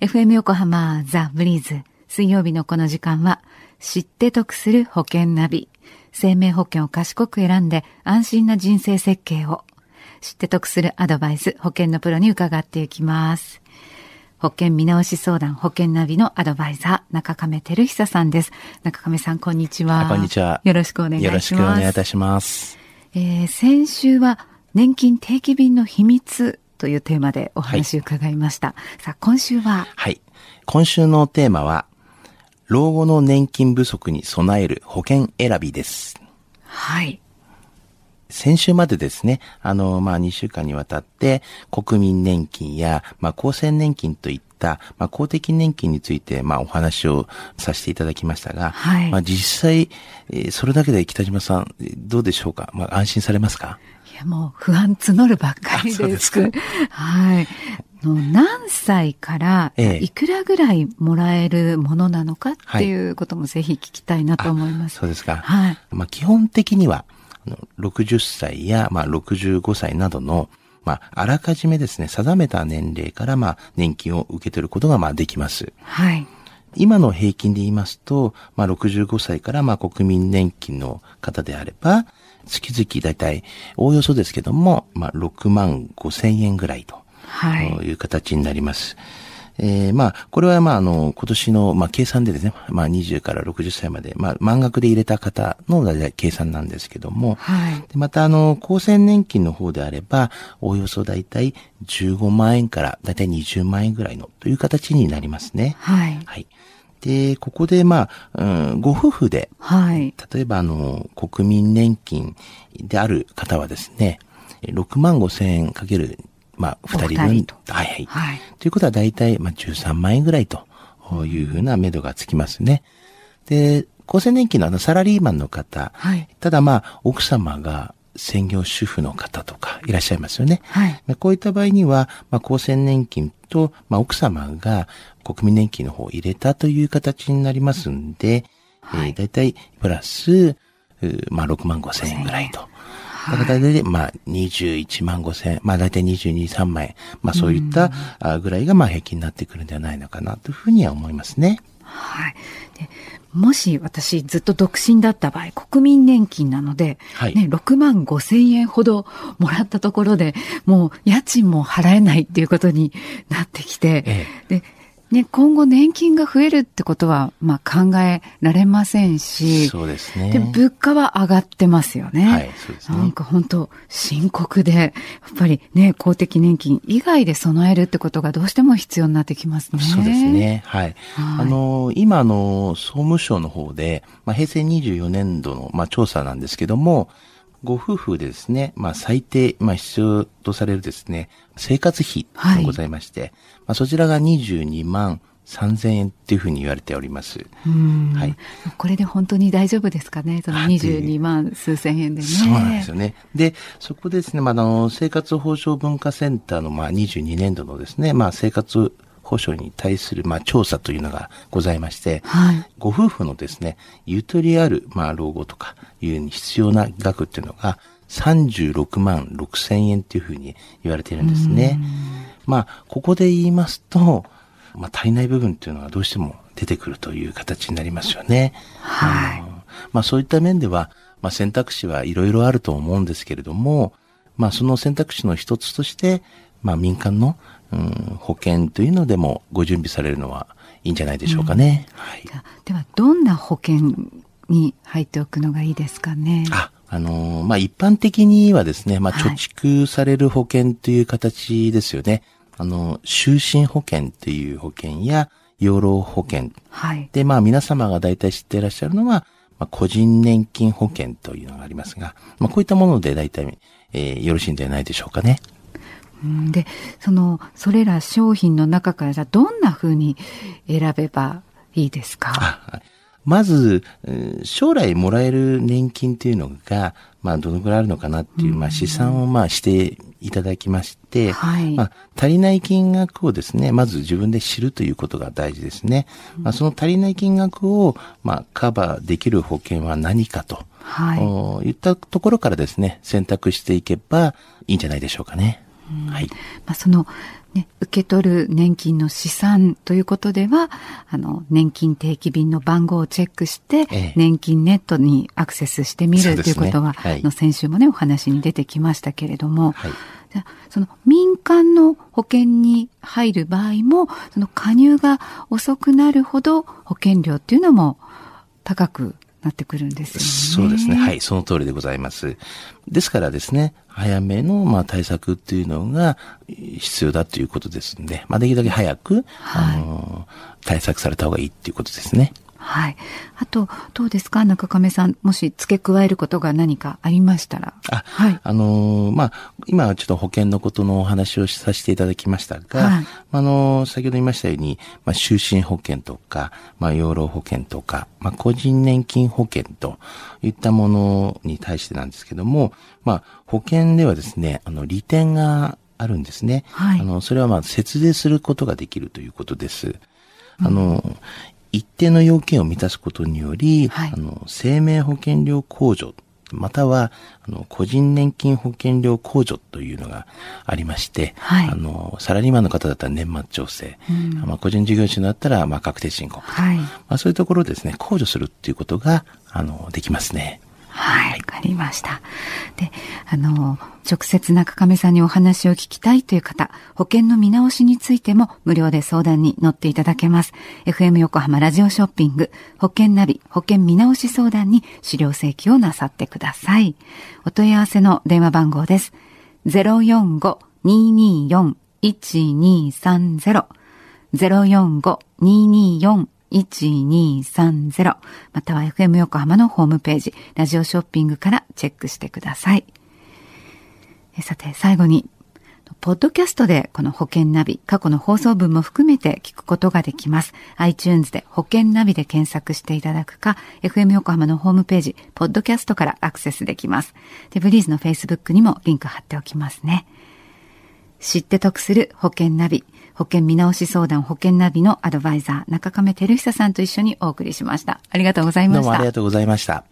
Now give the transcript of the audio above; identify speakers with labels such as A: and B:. A: FM 横浜ザ・ブリーズ水曜日のこの時間は知って得する保険ナビ生命保険を賢く選んで安心な人生設計を知って得するアドバイス保険のプロに伺っていきます保険見直し相談保険ナビのアドバイザー中亀照久さんです中亀さんこんにちは
B: あこんにちは
A: よろしくお願いします
B: よろしくお願いいたします、
A: えー先週は年金定期便の秘密というテーマでお話を伺いました。さあ、今週は、
B: はい。今週のテーマは、老後の年金不足に備える保険選びです。
A: はい。
B: 先週までですね、あの、まあ、2週間にわたって、国民年金や、まあ、厚生年金といった、まあ、公的年金について、まあ、お話をさせていただきましたが、
A: はい
B: まあ、実際、えーそれだけで北島さん、えーどうでしょうかまあ、安心されますか
A: いや、もう不安募るばっかり
B: あそう
A: で。
B: ですすか
A: はい。あの何歳から
B: ええ
A: いくらぐらいもらえるものなのかっていうこともぜひ聞きたいなと思います。
B: そうですか。
A: はい。
B: まあ、基本的には、あの60歳や、まあ、65歳などの、まあ、あらかじめですね、定めた年齢から、まあ、年金を受け取ることが、まあ、できます。
A: はい。
B: 今の平均で言いますと、まあ、65歳から、まあ、国民年金の方であれば、月々だいたい、おおよそですけども、まあ、6万5千円ぐらいと。
A: は
B: と
A: い。
B: いう形になります。えーまあ、これは、まあ、あの、今年の、まあ、計算でですね、まあ、20から60歳まで、まあ、満額で入れた方の大体計算なんですけども、
A: はい。
B: でまた、あの、厚生年金の方であれば、おおよそ大体15万円から大体20万円ぐらいのという形になりますね。
A: はい。
B: はい。で、ここで、まあ、うん、ご夫婦で、
A: はい。
B: 例えば、あの、国民年金である方はですね、6万5千円かける、まあ、2人
A: お二
B: 分
A: 人。
B: はいはい。
A: はい。
B: ということは大体、まあ、13万円ぐらいというふうな目処がつきますね。で、厚生年金のあのサラリーマンの方、
A: はい。
B: ただまあ、奥様が専業主婦の方とかいらっしゃいますよね。
A: はい。
B: まあこういった場合には、まあ、厚生年金と、まあ、奥様が国民年金の方を入れたという形になりますんで、
A: はい
B: えー、大体プラス、うーまあ、6万5千円ぐらいと。だから大体、まあ、21万5千円、まあ、大体22、3万円。まあ、そういったあぐらいが、まあ、平均になってくるんではないのかなというふうには思いますね。
A: はい。でもし私ずっと独身だった場合、国民年金なので、
B: はい
A: ね、6万5千円ほどもらったところで、もう家賃も払えないっていうことになってきて、
B: え
A: で、ね、今後年金が増えるってことは、まあ考えられませんし、
B: そうです
A: で、
B: ね。
A: 物価は上がってますよね。
B: はいそうですね
A: なんか本当深刻で、やっぱりね、公的年金以外で備えるってことがどうしても必要になってきますね。
B: そうです。ね。はい。
A: はい
B: あの、今、あの、総務省の方で、まあ、平成24年度の、まあ、調査なんですけども、ご夫婦でですね、まあ、最低、まあ、必要とされるですね、生活費がございまして、まあ、そちらが22万3000円っていうふうに言われております。
A: うん
B: はい
A: これで本当に大丈夫ですかね、その
B: あ
A: 22万数千円でね。
B: そうなんですよね。で、そこですね、まあ、あの、生活保障文化センターの、まあ、22年度のですね、まあ、生活保障に対する、まあ、調査というのがございまして、
A: はい。
B: ご夫婦のですね、ゆとりある、まあ、老後とかいうに必要な額っていうのが、36万6千円っていうふうに言われているんですね。まあ、ここで言いますと、まあ、足りない部分っていうのはどうしても出てくるという形になりますよね。
A: はい
B: あの。まあ、そういった面では、まあ、選択肢はいろいろあると思うんですけれども、まあ、その選択肢の一つとして、まあ、民間の、うん、保険というのでもご準備されるのはいいんじゃないでしょうかね。はい。
A: じゃあでは、どんな保険に入っておくのがいいですかね。
B: あ、あのーまあ、一般的にはですね、まあ、
A: はい
B: 貯蓄される保険という形ですよね。あの、就寝保険という保険や、養老保険。
A: はい。
B: で、まあ、皆様が大体知っていらっしゃるのは、まあ、個人年金保険というのがありますが、まあ、こういったもので大体、えーよろしいんではないでしょうかね。
A: うんで、その、それら商品の中から、じゃあどんな風に選べばいいですか
B: あはいまず、えー将来もらえる年金っていうのが、まあ、どのくらいあるのかなっていう、まあ、試算を、まあ、していただきまして、
A: はい
B: まあ、足りない金額をですね、まず自分で知るということが大事ですね。まあ、その足りない金額を、まあ、カバーできる保険は何かと、
A: はい。
B: お言ったところからですね、選択していけばいいんじゃないでしょうかね。はい。
A: まあ、その、ね、受け取る年金の試算ということでは、あの、年金定期便の番号をチェックして、
B: ええ
A: 年金ネットにアクセスしてみ
B: そう
A: る、
B: で
A: という
B: すね
A: ことは、
B: はい
A: あの先週もね、お話に出てきましたけれども、
B: はい。
A: じゃあその民間の保険に入る場合も、その加入が遅くなるほど保険料っていうのも高くなってくるんですよね。
B: そうですね。はい、その通りでございます。ですからですね、早めの、まあ、対策っていうのがえー必要だということですんで、まあ、できるだけ早く、
A: はい
B: あのー対策された方がいいっていうことですね。
A: はい。あと、どうですか中亀さん、もし付け加えることが何かありましたら。
B: あ、
A: はい。
B: あのーまあ、今ちょっと保険のことのお話をさせていただきましたが、
A: はい
B: あのー先ほど言いましたように、まあ、就寝保険とか、まあ、養老保険とか、まあ、個人年金保険といったものに対してなんですけども、まあ、保険ではですね、あの、利点があるんですね。
A: はい
B: あの、それはまあ、節税することができるということです。あの、一定の要件を満たすことにより、
A: はい
B: あの生命保険料控除、またはあの個人年金保険料控除というのがありまして、
A: はい
B: あのサラリーマンの方だったら年末調整、
A: うん
B: まあ、個人事業主だったらまあ確定申告、
A: はい。
B: まあ、そういうところをですね、控除するっていうことがあのできますね。
A: はい。わかりました。で、あの、直接中亀さんにお話を聞きたいという方、保険の見直しについても無料で相談に乗っていただけます。FM 横浜ラジオショッピング、保険ナビ、保険見直し相談に資料請求をなさってください。お問い合わせの電話番号です。045-224-1230。045-224-1230または FM 横浜のホームページ、ラジオショッピングからチェックしてください。えさて、最後に、ポッドキャストでこの保険ナビ、過去の放送分も含めて聞くことができます。iTunes で保険ナビで検索していただくか、FM 横浜のホームページ、ポッドキャストからアクセスできます。で、ブリーズの Facebook にもリンク貼っておきますね。知って得する保険ナビ、保険見直し相談保険ナビのアドバイザー、中亀照久さんと一緒にお送りしました。ありがとうございま
B: ど
A: し
B: う
A: た。
B: もありがとうございました。